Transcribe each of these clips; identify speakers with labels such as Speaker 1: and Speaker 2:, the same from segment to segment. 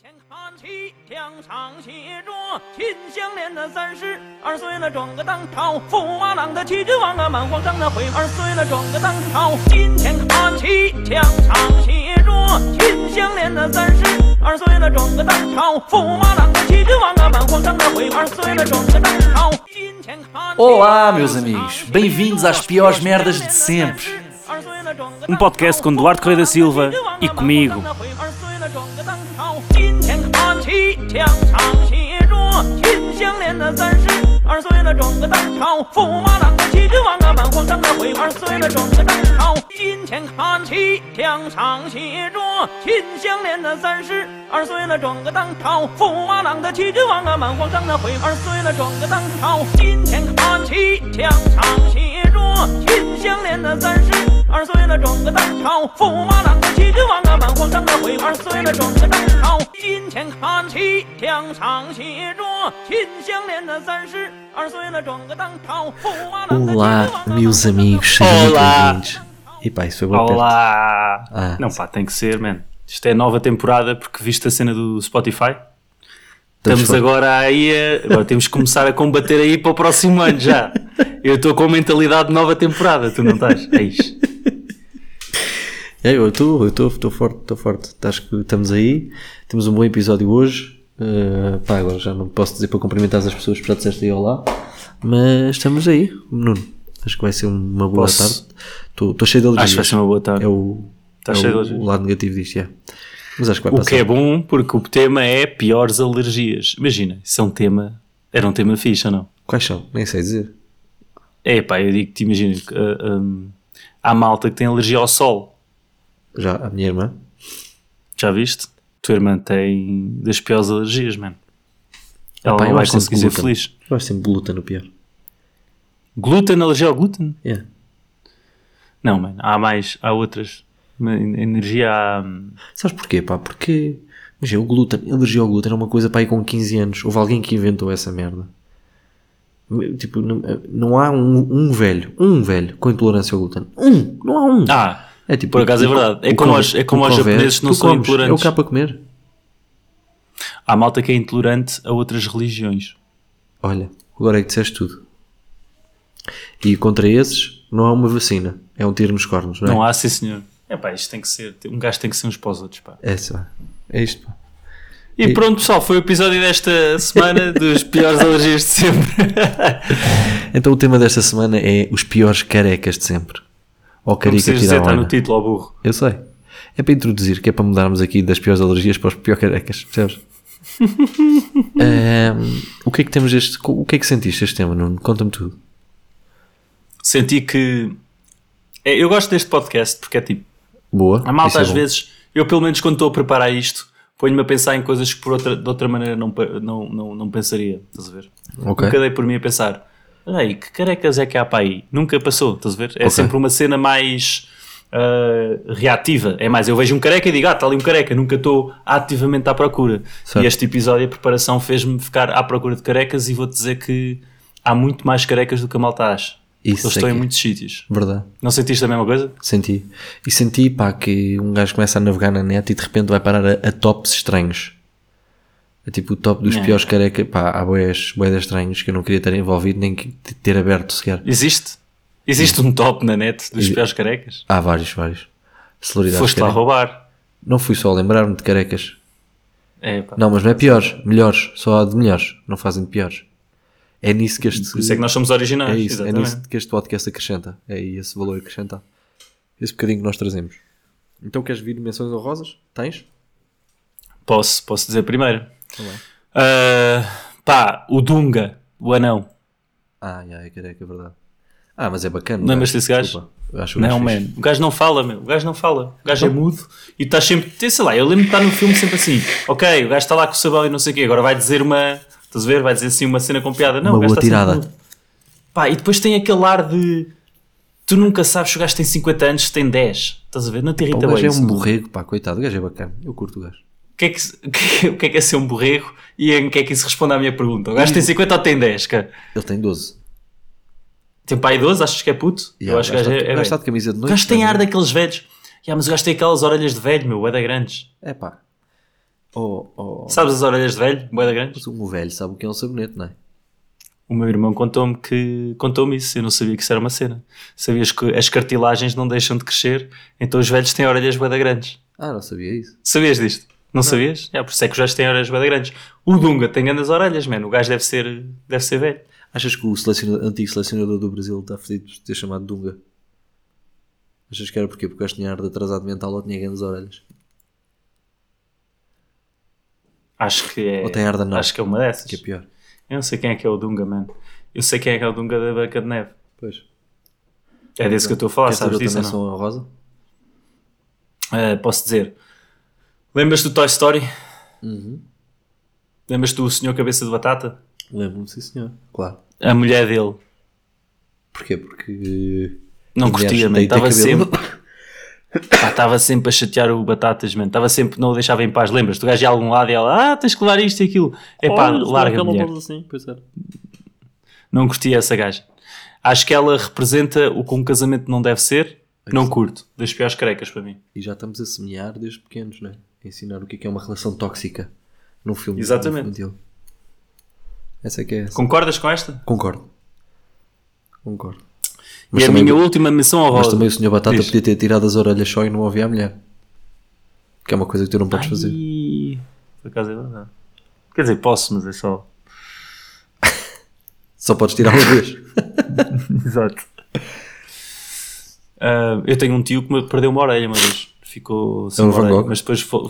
Speaker 1: 看齐墙上写着“秦香莲”的三十二岁了，转个当朝；驸马郎的齐君王啊，满皇上的回二岁了，转个当朝。今天看齐墙上写着“秦香莲”的三十二岁了，转个当朝；驸马郎的齐君王啊，满皇上的回二岁了，转个当朝。今天看齐
Speaker 2: Olá, meus amigos. Bem-vindos às piores merdas de sempre.
Speaker 3: Um podcast com Duarte Correia da Silva e comigo.
Speaker 2: Olá, meus amigos. Sejam muito bem-vindos. Epá, isso foi bem perto.
Speaker 3: Olá!
Speaker 2: Ah.
Speaker 3: Não pá, tem que ser, man. Isto é nova temporada porque viste a cena do Spotify. Estamos
Speaker 2: fora.
Speaker 3: agora aí a... Agora temos que começar a combater aí para o próximo ano já. Eu estou com a mentalidade de nova temporada, tu não estás? É isso.
Speaker 2: É, Eu estou, eu estou, estou forte, estou forte. Estás que estamos aí. Temos um bom episódio hoje. Uh, pá, agora já não posso dizer para cumprimentar as pessoas, já disseste aí olá. Mas estamos aí, Nuno. Acho que vai ser uma boa
Speaker 3: Posso?
Speaker 2: tarde. Estou estou cheio de alegria.
Speaker 3: Acho que vai ser uma boa tarde.
Speaker 2: É o,
Speaker 3: Tá
Speaker 2: é
Speaker 3: cheio de
Speaker 2: o,
Speaker 3: alergias.
Speaker 2: o lado negativo disto, é. Mas acho que vai
Speaker 3: O
Speaker 2: passar.
Speaker 3: que é bom porque o tema é piores alergias. Imagina, isso é um tema... Era um tema fixe ou não?
Speaker 2: Quais são? Nem sei dizer.
Speaker 3: É pá, eu digo que te imagino que, ah, hum, há malta que tem alergia ao sol.
Speaker 2: Já a minha irmã.
Speaker 3: Já viste? Tua irmã tem das piores alergias, mano. Ela
Speaker 2: Pá,
Speaker 3: não
Speaker 2: eu
Speaker 3: vai
Speaker 2: acho sempre
Speaker 3: conseguir ser
Speaker 2: glúten.
Speaker 3: feliz.
Speaker 2: Eu acho sempre glúten no pior.
Speaker 3: Glúten, alergia ao glúten?
Speaker 2: Yeah.
Speaker 3: Não, mano. Há mais, há outras. Uma en- Energia há, hum,
Speaker 2: Sabes porquê, pá? Porque, imagina, o glúten, alergia ao glúten é uma coisa, pá, aí com 15 anos. Houve alguém que inventou essa merda. Tipo, não, não há um, um velho, um velho com intolerância ao glúten. Um! Não há um!
Speaker 3: Ah,
Speaker 2: é tipo,
Speaker 3: por acaso é verdade. É como aos- é como aos japoneses que não são
Speaker 2: impurantes. É o
Speaker 3: intolerantes.
Speaker 2: que há para comer.
Speaker 3: há malta que é intolerante a outras religiões.
Speaker 2: Olha, agora é que disseste tudo. E contra esses, não há uma vacina. É um tiro nos cornos, não é?
Speaker 3: Não há, sim senhor. É pá, isto tem que ser. Um gajo tem que ser uns para os outros, pá.
Speaker 2: É, só. é isto, pá.
Speaker 3: E pronto, pessoal, foi o episódio desta semana dos piores alergias de sempre.
Speaker 2: Então o tema desta semana é os piores carecas de sempre. Ou
Speaker 3: Não
Speaker 2: careca
Speaker 3: precisas
Speaker 2: que
Speaker 3: dizer,
Speaker 2: dá
Speaker 3: está
Speaker 2: hora.
Speaker 3: no título, ó burro.
Speaker 2: Eu sei. É para introduzir, que é para mudarmos aqui das piores alergias para os piores carecas, percebes? Ahm, o que é que temos este, o que é que sentiste este tema, Nuno? Conta-me tudo.
Speaker 3: Senti que. É, eu gosto deste podcast porque é tipo.
Speaker 2: Boa.
Speaker 3: A malta
Speaker 2: isso é
Speaker 3: às
Speaker 2: bom.
Speaker 3: vezes, eu pelo menos quando estou a preparar isto, ponho-me a pensar em coisas que por outra, de outra maneira não, pa- não, não, não pensaria, estás a ver?
Speaker 2: Ok.
Speaker 3: Nunca dei por mim a pensar, ei, que carecas é que há para aí? Nunca passou, estás a ver? É
Speaker 2: Ok.
Speaker 3: sempre uma cena mais ah, reativa, é mais, eu vejo um careca e digo, ah, está ali um careca, nunca estou ativamente à procura.
Speaker 2: Certo.
Speaker 3: E este episódio, a preparação fez-me ficar à procura de carecas e vou-te dizer que há muito mais carecas do que a malta acha.
Speaker 2: Isso
Speaker 3: Eles
Speaker 2: é
Speaker 3: estão em
Speaker 2: que é.
Speaker 3: muitos sítios.
Speaker 2: Verdade.
Speaker 3: Não sentiste a mesma coisa?
Speaker 2: Senti. E senti, pá, que um gajo começa a navegar na net e de repente vai parar a, a tops estranhos. É tipo o top dos
Speaker 3: Não.
Speaker 2: piores carecas. Pá, há boés, boés estranhos que eu não queria ter envolvido nem que- ter aberto sequer.
Speaker 3: Existe? Existe um top na net dos piores carecas?
Speaker 2: Há vários, vários. Celebridades
Speaker 3: Foste lá
Speaker 2: carecas.
Speaker 3: roubar.
Speaker 2: Não fui só lembrar-me de carecas.
Speaker 3: É, pá.
Speaker 2: Não, mas não é piores, melhores, só há de melhores, não fazem de piores. É nisso que este.
Speaker 3: Por isso é que nós somos
Speaker 2: é
Speaker 3: originais.
Speaker 2: isso, é
Speaker 3: exatamente.
Speaker 2: nisso que este podcast acrescenta. É esse valor que acrescenta. Esse bocadinho que nós trazemos. Então queres vir menções honrosas? Tens?
Speaker 3: Posso, posso dizer primeiro. Ah, pá, o Dunga, o anão.
Speaker 2: Ah, já, é careca, é verdade. Ah, mas é bacana.
Speaker 3: Lembras-te
Speaker 2: gajo.
Speaker 3: desse gajo?
Speaker 2: Desculpa, eu Acho o
Speaker 3: Não,
Speaker 2: gajo é
Speaker 3: man.
Speaker 2: fixe.
Speaker 3: O gajo não fala, meu. O gajo não fala. O gajo é mudo e está sempre. Sei lá, eu lembro de estar no filme sempre assim. Ok, o gajo está lá com o sabão e não sei o quê. Agora vai dizer uma. Estás a ver? Vai dizer assim uma cena com piada. Não,
Speaker 2: Uma
Speaker 3: o gajo está
Speaker 2: boa
Speaker 3: sempre
Speaker 2: tirada.
Speaker 3: mudo. Pá, e depois tem aquele ar de. Tu nunca sabes se o gajo tem 50 anos, se tem 10. Estás a ver? Não te irrita
Speaker 2: O gajo
Speaker 3: bem
Speaker 2: é
Speaker 3: isso,
Speaker 2: um
Speaker 3: não.
Speaker 2: borrego, pá, coitado. O gajo é bacana. Eu curto o gajo.
Speaker 3: o que, é que, se- o que é- o que é que é ser um borrego e em que é que isso responde à minha pergunta? O gajo tem 50 ou tem 10, cara?
Speaker 2: Ele tem 12.
Speaker 3: Tem pai idoso? Achas que é puto?
Speaker 2: Já,
Speaker 3: Eu acho que o gajo é,
Speaker 2: está-
Speaker 3: é
Speaker 2: o gajo
Speaker 3: velho.
Speaker 2: está de camisa de tá
Speaker 3: O
Speaker 2: noite.
Speaker 3: gajo tem
Speaker 2: mas-
Speaker 3: ar daqueles velhos. Yeah, mas o gajo tem aquelas orelhas de velho, meu, é da grandes.
Speaker 2: É pá. Ou, ou...
Speaker 3: Sabes as orelhas de velho, boeda grande?
Speaker 2: Mas o velho sabe o que é um sabonete, não é?
Speaker 3: O meu irmão contou-me que contou-me isso, eu não sabia que isso era uma cena. Sabias que as cartilagens não deixam de crescer, então os velhos têm orelhas boeda grandes.
Speaker 2: Ah, não sabia isso.
Speaker 3: Sabias disto? Não, sabias? É, por isso é que os gajos têm orelhas bem grandes. O Dunga tem grandes orelhas, mano. O gajo deve ser, deve ser velho.
Speaker 2: Achas que o selecionador- antigo selecionador do Brasil está fedido por ter chamado Dunga? Achas que era porquê? Porque o gajo tinha ar de atrasado mental ou tinha grandes orelhas?
Speaker 3: Acho que é.
Speaker 2: Ou tem ar de anão?
Speaker 3: Acho que é uma dessas.
Speaker 2: Que é pior.
Speaker 3: Eu não sei quem é que é o Dunga, mano. Eu sei quem é que é o Dunga da Branca de Neve.
Speaker 2: Pois.
Speaker 3: É desse que eu estou a falar,
Speaker 2: Queres saber
Speaker 3: sabes
Speaker 2: outra
Speaker 3: disso? ou não?
Speaker 2: menção honrosa?
Speaker 3: Ah, posso dizer. Lembras-te do Toy Story?
Speaker 2: Uhum.
Speaker 3: Lembras-te do Senhor Cabeça de Batata?
Speaker 2: Lembro-me, sim senhor. Claro.
Speaker 3: A mulher dele.
Speaker 2: Porquê? Porque...
Speaker 3: Não
Speaker 2: Aliás,
Speaker 3: curtia, mano.
Speaker 2: tem- tem
Speaker 3: Estava
Speaker 2: cabelo.
Speaker 3: sempre. Pá, Estava sempre a chatear o Batatas, mano. Estava sempre, não o deixava em paz. Lembras? O gajo ia a algum lado e ela, ah, tens que levar isto e aquilo. É pá, larga a mulher.
Speaker 1: Assim, pois era.
Speaker 3: Não curtia essa gaja. Acho que ela representa o que um casamento não deve ser. Não curto. Das piores carecas para mim.
Speaker 2: E já estamos a semear desde pequenos, não é? A ensinar o que é que é uma relação tóxica num filme
Speaker 3: Exatamente.
Speaker 2: infantil. Essa é que é essa.
Speaker 3: Concordas com esta?
Speaker 2: Concordo. Concordo.
Speaker 3: e a
Speaker 2: também-
Speaker 3: minha última menção ao
Speaker 2: Mas também o Sr. Batata
Speaker 3: Diz.
Speaker 2: podia ter tirado as orelhas só e não ouvia a mulher. Que é uma coisa que tu não podes fazer.
Speaker 3: Ai, Por acaso é verdade. Quer dizer, posso, mas é só.
Speaker 2: Só podes tirar uma vez.
Speaker 3: Exato. um eu tenho um tio que me perdeu uma orelha uma vez. Ficou sem
Speaker 2: É um
Speaker 3: uma
Speaker 2: Van
Speaker 3: orelha,
Speaker 2: Gogh?
Speaker 3: mas depois foi,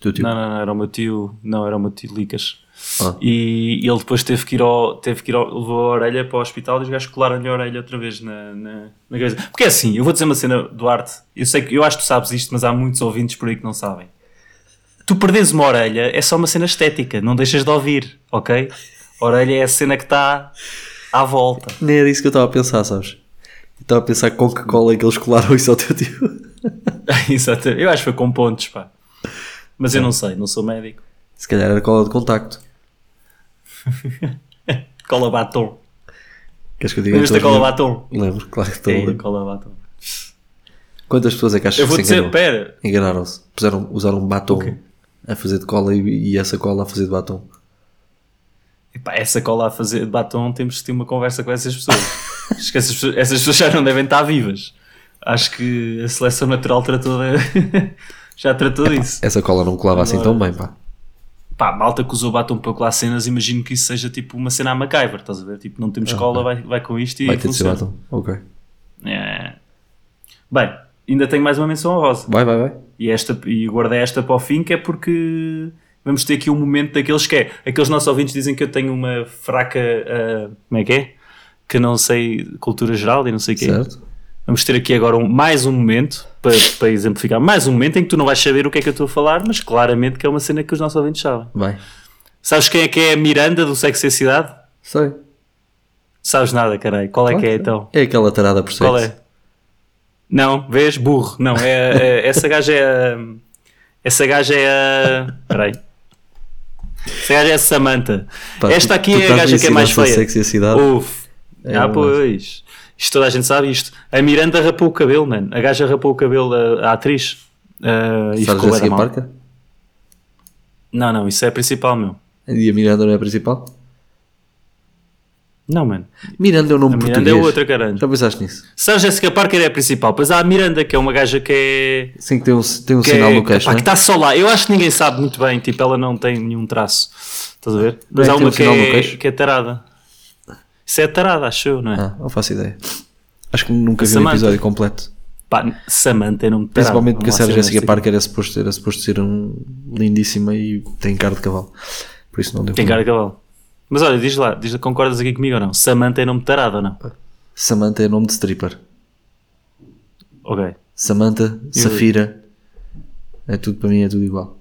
Speaker 2: Tu, tipo,
Speaker 3: Não, não, não, era o meu tio, não, era o meu tio Licas.
Speaker 2: Ah.
Speaker 3: E ele depois teve que ir ao, teve que ir ao, levou a orelha para o hospital e os gajos colaram-lhe a orelha outra vez na, na, na cabeça. Porque é assim, eu vou dizer uma cena, Duarte, eu sei que, eu acho que tu sabes isto, mas há muitos ouvintes por aí que não sabem. Tu perdes uma orelha é só uma cena estética, não deixas de ouvir, ok? A orelha é a cena que está à volta.
Speaker 2: Nem era isso que eu estava a pensar, sabes? Eu estava a pensar com que cola é que eles colaram isso ao teu tio.
Speaker 3: Exatamente, eu acho que foi com pontos, pá. Mas eu não sei, não sou médico.
Speaker 2: Se calhar era cola de contacto.
Speaker 3: Cola batom.
Speaker 2: Queres que eu diga?
Speaker 3: Lembras da
Speaker 2: então,
Speaker 3: cola
Speaker 2: lembro-
Speaker 3: batom? É.
Speaker 2: Lembro, claro que estou a
Speaker 3: Ei,
Speaker 2: lembrar.
Speaker 3: cola batom.
Speaker 2: Quantas pessoas é que achas
Speaker 3: Eu vou
Speaker 2: que se
Speaker 3: dizer,
Speaker 2: enganou?
Speaker 3: pera,
Speaker 2: Enganaram-se. Puseram, usaram um batom
Speaker 3: Ok.
Speaker 2: a fazer de cola e, e essa cola a fazer de batom.
Speaker 3: epá, essa cola a fazer de batom, temos que ter uma conversa com essas pessoas. Acho que essas, pessoas- essas pessoas já não devem estar vivas. Acho que a seleção natural tratou de- já tratou disso.
Speaker 2: Essa cola não colava assim tão bem, pá.
Speaker 3: Pá, a malta que usou batom para colar cenas, imagino que isso seja tipo uma cena à MacGyver, estás a ver? Tipo, não temos cola, vai, vai com isto e
Speaker 2: Ah, Vai ter de ser
Speaker 3: funciona.
Speaker 2: batom. Ok.
Speaker 3: É. Bem, ainda tenho mais uma menção honrosa.
Speaker 2: Vai, vai, vai.
Speaker 3: E, esta, e guardei esta para o fim, que é porque vamos ter aqui um momento daqueles que é. Aqueles nossos ouvintes dizem que eu tenho uma fraca. ah, como é que é? Que não sei cultura geral e não sei o quê.
Speaker 2: Certo?
Speaker 3: Vamos ter aqui agora um- mais um momento para, para exemplificar. Mais um momento em que tu não vais saber o que é que eu estou a falar, mas claramente que é uma cena que os nossos ouvintes sabem.
Speaker 2: Vai.
Speaker 3: Sabes quem é que é a Miranda do Sexo e a Cidade?
Speaker 2: Sei.
Speaker 3: Sabes nada, caralho. Qual é que é então?
Speaker 2: É aquela tarada por sexo.
Speaker 3: Qual é? Não, vês? Burro. Não, é, é- essa gaja é a. Essa gaja é a. Peraí. Essa gaja é a Samantha.
Speaker 2: Pá,
Speaker 3: Esta
Speaker 2: tu-
Speaker 3: aqui
Speaker 2: tu
Speaker 3: é a
Speaker 2: estás
Speaker 3: gaja que é
Speaker 2: nesse
Speaker 3: mais
Speaker 2: lance da
Speaker 3: feia.
Speaker 2: sexy e cidade.
Speaker 3: Uf.
Speaker 2: É
Speaker 3: ah,
Speaker 2: verdade.
Speaker 3: pois. Isto toda a gente sabe isto. A Miranda rapou o cabelo, mano. A gaja rapou o cabelo, a, a atriz. Ah, e
Speaker 2: Sabes
Speaker 3: ficou bué da
Speaker 2: Jessica
Speaker 3: mal.
Speaker 2: Parker?
Speaker 3: Não, não, isso é a principal, meu.
Speaker 2: E a Miranda não é a principal?
Speaker 3: Não, mano.
Speaker 2: Miranda é o nome
Speaker 3: A Miranda
Speaker 2: português.
Speaker 3: é outra, caralho.
Speaker 2: Já pensaste nisso?
Speaker 3: Só a Jessica Parker é a principal. Pois há a Miranda, que é uma gaja que é.
Speaker 2: Sim, que tem um, tem um
Speaker 3: que
Speaker 2: sinal
Speaker 3: é-
Speaker 2: no queixo,
Speaker 3: pá,
Speaker 2: não
Speaker 3: que
Speaker 2: é?
Speaker 3: está só lá. Eu acho que ninguém sabe muito bem, tipo, ela não tem nenhum traço. Estás a ver?
Speaker 2: Não é
Speaker 3: Mas há
Speaker 2: que tem
Speaker 3: uma
Speaker 2: um
Speaker 3: que
Speaker 2: sinal no
Speaker 3: é,
Speaker 2: queixo?
Speaker 3: que é tarada. Isso é tarada, acho eu, não é?
Speaker 2: Ah, não faço ideia. Acho que nunca vi um
Speaker 3: Samantha.
Speaker 2: episódio completo.
Speaker 3: Pá, Samantha é nome de tarada.
Speaker 2: Principalmente porque a
Speaker 3: Não há
Speaker 2: Sarah
Speaker 3: cena
Speaker 2: Jessica
Speaker 3: assim.
Speaker 2: Parker era suposto, era suposto ser um, lindíssima e tem cara de cavalo. Por isso não deu
Speaker 3: Tem
Speaker 2: para
Speaker 3: cara de cavalo. Mas olha, diz lá, diz, concordas aqui comigo ou não? Samantha é nome de tarada ou não?
Speaker 2: mim. Samantha é nome de stripper.
Speaker 3: Ok.
Speaker 2: Samantha, Safira. É tudo para mim, é tudo igual.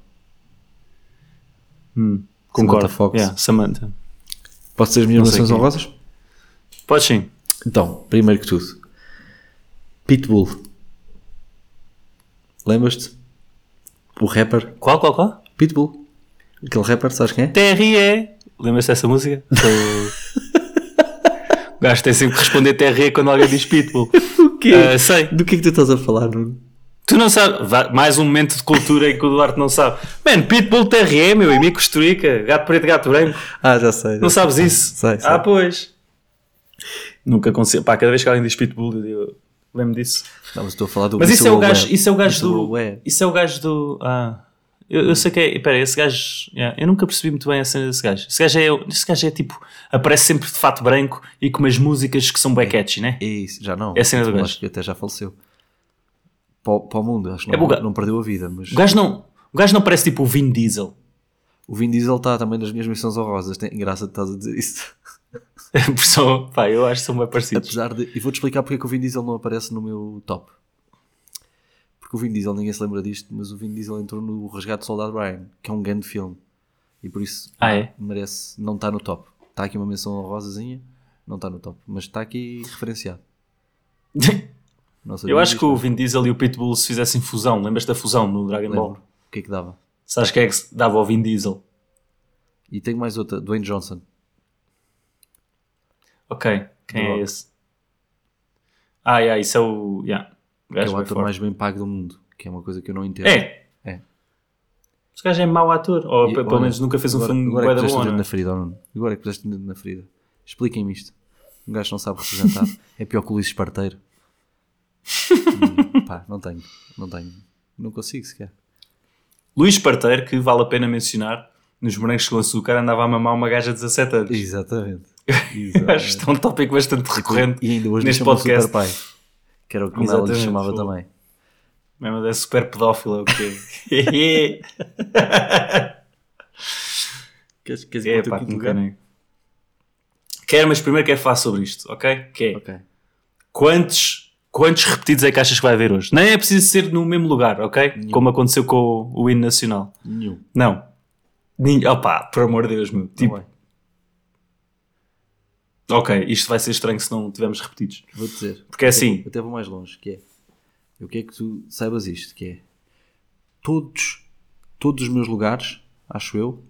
Speaker 3: Concordo.
Speaker 2: Samantha Fox.
Speaker 3: Yeah, Samantha.
Speaker 2: Posso ter as minhas
Speaker 3: Não sei
Speaker 2: menções
Speaker 3: quem é.
Speaker 2: honrosas?
Speaker 3: Podes sim.
Speaker 2: Então, primeiro que tudo, Pitbull. Lembras-te? O rapper
Speaker 3: Qual, qual, qual?
Speaker 2: Pitbull. Aquele rapper, sabes quem é?
Speaker 3: TRE. Lembras-te dessa música? O gajo tem sempre que responder TRE quando alguém diz Pitbull. O
Speaker 2: quê?
Speaker 3: sei.
Speaker 2: Do que é que tu estás a falar, Nuno?
Speaker 3: Tu não sabes. Vá- mais um momento de cultura em que o Duarte não sabe. Man, Pitbull TRE, meu, e Mi Costa Rica, gato preto, gato branco.
Speaker 2: Ah, já sei.
Speaker 3: Não
Speaker 2: já
Speaker 3: sabes
Speaker 2: sei.
Speaker 3: isso?
Speaker 2: Sei, sei.
Speaker 3: Ah, pois. Nunca consigo. Pá, cada vez que alguém diz Pitbull, eu digo, lembro disso.
Speaker 2: Não, mas estou a falar do
Speaker 3: Mas isso é o
Speaker 2: Whistleblower.
Speaker 3: gajo, isso é o gajo do.
Speaker 2: Whistleblower.
Speaker 3: Isso é o gajo do. Ah, eu, eu sei que é. Espera, esse gajo. yeah, eu nunca percebi muito bem a cena desse gajo. Esse gajo é, esse gajo é tipo. Aparece sempre de fato branco e com umas músicas que são bem catchy, né?
Speaker 2: É isso, já não.
Speaker 3: É a cena do gajo.
Speaker 2: Acho que até já faleceu. Para, o- para o mundo, acho que
Speaker 3: É
Speaker 2: não,
Speaker 3: buga-
Speaker 2: não perdeu a vida. Mas
Speaker 3: O gajo não. O gajo não parece tipo o Vin Diesel.
Speaker 2: o Vin Diesel está também nas minhas missões honrosas. Tem graça de estás a dizer isso.
Speaker 3: Só, pá, eu acho que são bem parecidos.
Speaker 2: Apesar de. E vou-te explicar porque é que o Vin Diesel não aparece no meu top. Porque o Vin Diesel, ninguém se lembra disto, mas o Vin Diesel entrou no Resgate do Soldado Ryan, que é um grande filme. E por isso
Speaker 3: Ah, é?
Speaker 2: merece. Não está no top. Está aqui uma menção honrosazinha, não está no top. Mas está aqui referenciado. Não sabia
Speaker 3: Eu acho que
Speaker 2: disto,
Speaker 3: o Vin Diesel e o Pitbull se fizessem fusão. Lembras da fusão no Dragon
Speaker 2: mas
Speaker 3: Ball?
Speaker 2: lembro. O que é que dava?
Speaker 3: Sabes quem é que se dava ao Vin Diesel?
Speaker 2: E tenho mais outra, Dwayne Johnson.
Speaker 3: Ok, quem
Speaker 2: Do
Speaker 3: é
Speaker 2: Rock.
Speaker 3: esse? Ah, yeah, isso é o. Yeah, o
Speaker 2: que
Speaker 3: gajo
Speaker 2: é o
Speaker 3: bem
Speaker 2: ator
Speaker 3: forte.
Speaker 2: mais bem pago do mundo, que é uma coisa que eu não entendo.
Speaker 3: É.
Speaker 2: É.
Speaker 3: Esse gajo é mau ator. Ou
Speaker 2: E,
Speaker 3: pe- pelo
Speaker 2: olha,
Speaker 3: menos nunca fez um
Speaker 2: agora,
Speaker 3: filme
Speaker 2: agora é
Speaker 3: bué
Speaker 2: que
Speaker 3: da
Speaker 2: puseste
Speaker 3: bom,
Speaker 2: o dedo
Speaker 3: não
Speaker 2: na
Speaker 3: é?
Speaker 2: ferida, ou não? Agora é que puseste o dedo na ferida. Expliquem-me isto. Um gajo não sabe representar. é pior que o Luís Esparteiro. Hum, pá, não tenho. Não tenho. Não consigo sequer.
Speaker 3: Luís Parteiro, que vale a pena mencionar, nos Morangos com Açúcar andava a mamar uma gaja de 17 anos.
Speaker 2: Exatamente.
Speaker 3: Acho que isto é um tópico bastante recorrente
Speaker 2: E ainda hoje um
Speaker 3: neste
Speaker 2: me super
Speaker 3: podcast.
Speaker 2: pai. Que era o que ela lhe
Speaker 3: Exatamente,
Speaker 2: chamava
Speaker 3: fogo.
Speaker 2: também.
Speaker 3: Mesmo é super pedófila, o quê?
Speaker 2: Queres, queres
Speaker 3: é, pá, que nunca nem. Quero, mas primeiro quero falar sobre isto, ok? Que é,
Speaker 2: Ok.
Speaker 3: quantos, quantos repetidos é que achas que vai haver hoje? Nem é preciso ser no mesmo lugar, ok? Como aconteceu com o, o hino nacional.
Speaker 2: Nenhum.
Speaker 3: Não. Nin- Opá, por amor de Deus, meu. Tipo,
Speaker 2: Não é.
Speaker 3: ok, isto vai ser estranho se não tivermos repetidos.
Speaker 2: Vou dizer.
Speaker 3: Porque é assim,
Speaker 2: até vou mais longe, que é eu quero que tu saibas isto, que é todos, todos os meus lugares, acho eu,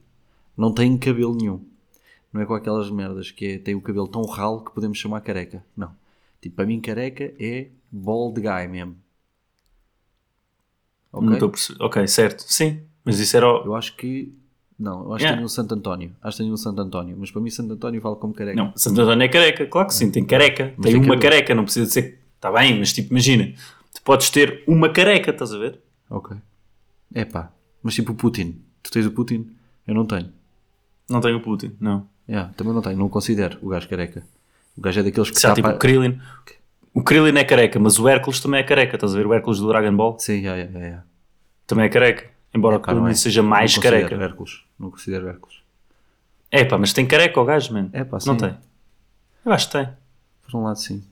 Speaker 2: não têm cabelo nenhum. Não é com aquelas merdas que é, tem o cabelo tão ralo que podemos chamar careca. Não. Tipo, para mim careca é bald guy mesmo. Ok?
Speaker 3: não estou a perceber. Ok, certo, sim. Mas isso era. o-
Speaker 2: Eu acho que. Não, eu acho
Speaker 3: Yeah.
Speaker 2: que tenho um Santo António. Acho que tenho um Santo António. Mas para mim Santo António vale como careca.
Speaker 3: Não, Santo António é careca, claro que sim, tem careca.
Speaker 2: Mas
Speaker 3: tem
Speaker 2: tem
Speaker 3: uma
Speaker 2: cabelo.
Speaker 3: careca, não precisa de ser. Está bem, mas tipo, imagina, tu podes ter uma careca, estás a ver?
Speaker 2: Ok. É pá. Mas tipo o Putin. Tu tens o Putin? Eu não tenho.
Speaker 3: Não tenho o Putin, não.
Speaker 2: Yeah, também não tenho, não considero o gajo careca. O gajo é daqueles que
Speaker 3: Se há tipo
Speaker 2: tapa-
Speaker 3: o Krillin. O Krillin é careca, mas o Hércules também é careca, estás a ver? O Hércules do Dragon Ball
Speaker 2: Sim, yeah, yeah, yeah, yeah.
Speaker 3: também é careca. Embora o
Speaker 2: Pá, não
Speaker 3: Krillin
Speaker 2: é.
Speaker 3: seja mais
Speaker 2: não considero
Speaker 3: careca.
Speaker 2: Hércules. Não considero Hércules.
Speaker 3: É pá, mas tem careca o gajo, mano.
Speaker 2: É pá,
Speaker 3: Não
Speaker 2: sim.
Speaker 3: tem. Eu acho que tem.
Speaker 2: Por um lado, sim.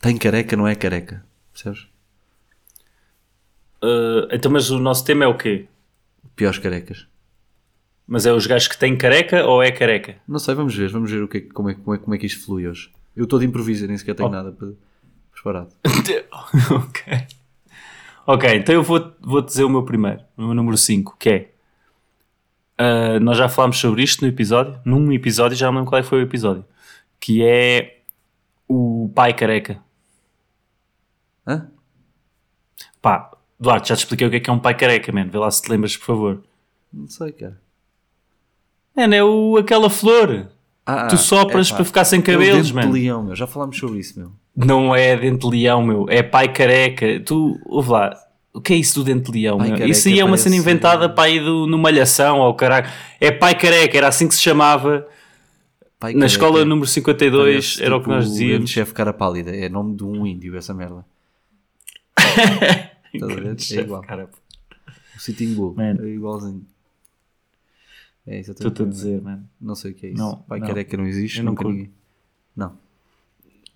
Speaker 2: Tem careca, não é careca. Percebes?
Speaker 3: Ah, então, mas o nosso tema é o quê?
Speaker 2: Piores carecas.
Speaker 3: Mas é os gajos que têm careca ou é careca?
Speaker 2: Não sei, vamos ver, vamos ver o que, é que- como, é, como, é, como é que isto flui hoje. Eu estou de improviso, nem sequer tenho
Speaker 3: Oh.
Speaker 2: nada para- preparado.
Speaker 3: ok. Ok, então eu vou, vou dizer o meu primeiro, o meu número 5, que é. ah, nós já falámos sobre isto no episódio, num episódio, já não lembro qual é que foi o episódio, que é o pai careca.
Speaker 2: Hã?
Speaker 3: Pá, Duarte, já te expliquei o que é que é um pai careca, mano. Vê lá se te lembras, por favor.
Speaker 2: Não sei, cara.
Speaker 3: Mano, é o, aquela flor.
Speaker 2: Ah,
Speaker 3: Tu sopras
Speaker 2: epá.
Speaker 3: para ficar sem
Speaker 2: É o
Speaker 3: cabelos,
Speaker 2: dente de
Speaker 3: mano.
Speaker 2: leão, meu. Já falámos sobre isso, meu.
Speaker 3: Não é dente de leão, meu. É pai careca. Tu, ouve lá. O que é isso do dente de leão?
Speaker 2: Pai
Speaker 3: meu?
Speaker 2: careca
Speaker 3: isso aí é uma cena
Speaker 2: parece-
Speaker 3: inventada para aí do, no Malhação ou caraca. É pai careca, era assim que se chamava.
Speaker 2: Pai
Speaker 3: Na
Speaker 2: careca
Speaker 3: escola número 52
Speaker 2: parece,
Speaker 3: era o que
Speaker 2: tipo,
Speaker 3: nós
Speaker 2: grande
Speaker 3: dizíamos.
Speaker 2: chefe cara pálida. É nome de um índio, essa merda. Estás a ver? É igual.
Speaker 3: Cara,
Speaker 2: O Sitting Bull.
Speaker 3: Man.
Speaker 2: É igualzinho. É isso, eu
Speaker 3: estou-te a
Speaker 2: tenho-
Speaker 3: dizer, mano.
Speaker 2: Não sei o que é isso.
Speaker 3: Não,
Speaker 2: Pai
Speaker 3: não.
Speaker 2: careca não existe.
Speaker 3: Eu não
Speaker 2: nunca
Speaker 3: curto.
Speaker 2: ninguém- Não.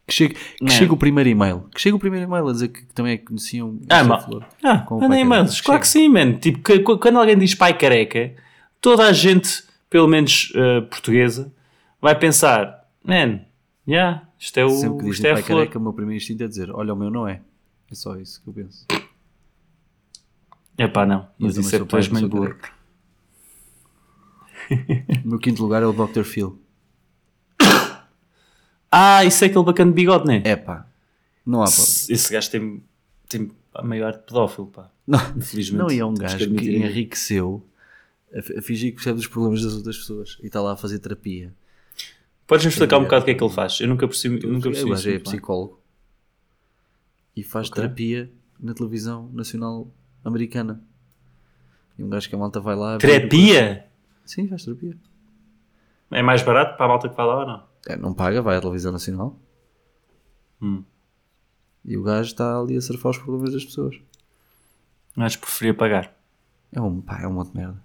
Speaker 2: Que chegue, que
Speaker 3: Man.
Speaker 2: chegue o primeiro e-mail. Que chegue o primeiro e-mail a dizer que, que também é que conheciam
Speaker 3: Ah,
Speaker 2: essa
Speaker 3: mal.
Speaker 2: flor. É
Speaker 3: Ah,
Speaker 2: Com o
Speaker 3: mandem
Speaker 2: pai
Speaker 3: e-mails.
Speaker 2: careca.
Speaker 3: Claro que sim, mano. Tipo, que- qu- quando alguém diz pai careca, toda a gente, pelo menos eh, portuguesa, vai pensar, man, yeah, isto é
Speaker 2: Sempre
Speaker 3: o
Speaker 2: que
Speaker 3: isto
Speaker 2: dizem
Speaker 3: é
Speaker 2: pai
Speaker 3: a flor.
Speaker 2: careca, o meu primeiro instinto é dizer: Olha, o meu não é. É só isso que eu penso.
Speaker 3: É pá, não. Mas
Speaker 2: também
Speaker 3: isso é
Speaker 2: sou
Speaker 3: porque tu és
Speaker 2: pai, sou
Speaker 3: meio burro.
Speaker 2: O meu quinto lugar é o Dr. Phil.
Speaker 3: Ah, isso é aquele bacana de bigode, não é?
Speaker 2: É pá. Não há. pá.
Speaker 3: Esse esse gajo tem, tem pá, meio arte pedófilo, pá.
Speaker 2: Não,
Speaker 3: Infelizmente.
Speaker 2: não e é um
Speaker 3: temos que
Speaker 2: gajo que
Speaker 3: admitir.
Speaker 2: enriqueceu a, a fingir que percebe dos problemas das outras pessoas e está lá a fazer terapia.
Speaker 3: Podes-me explicar um bocado o que é que ele faz? Eu nunca percebi. Eu nunca
Speaker 2: o
Speaker 3: percebi isso
Speaker 2: gajo é
Speaker 3: muito bem.
Speaker 2: psicólogo e faz
Speaker 3: Ok.
Speaker 2: terapia na televisão nacional americana. E um gajo que a malta vai lá. abrir o
Speaker 3: Terapia?
Speaker 2: curso. Sim, faz terapia.
Speaker 3: É mais barato para a malta que vai lá ou não?
Speaker 2: É, não paga, vai à televisão nacional.
Speaker 3: Hum.
Speaker 2: E o gajo está ali a surfar os problemas das pessoas.
Speaker 3: Mas preferia pagar.
Speaker 2: É um, pá, é um monte de merda.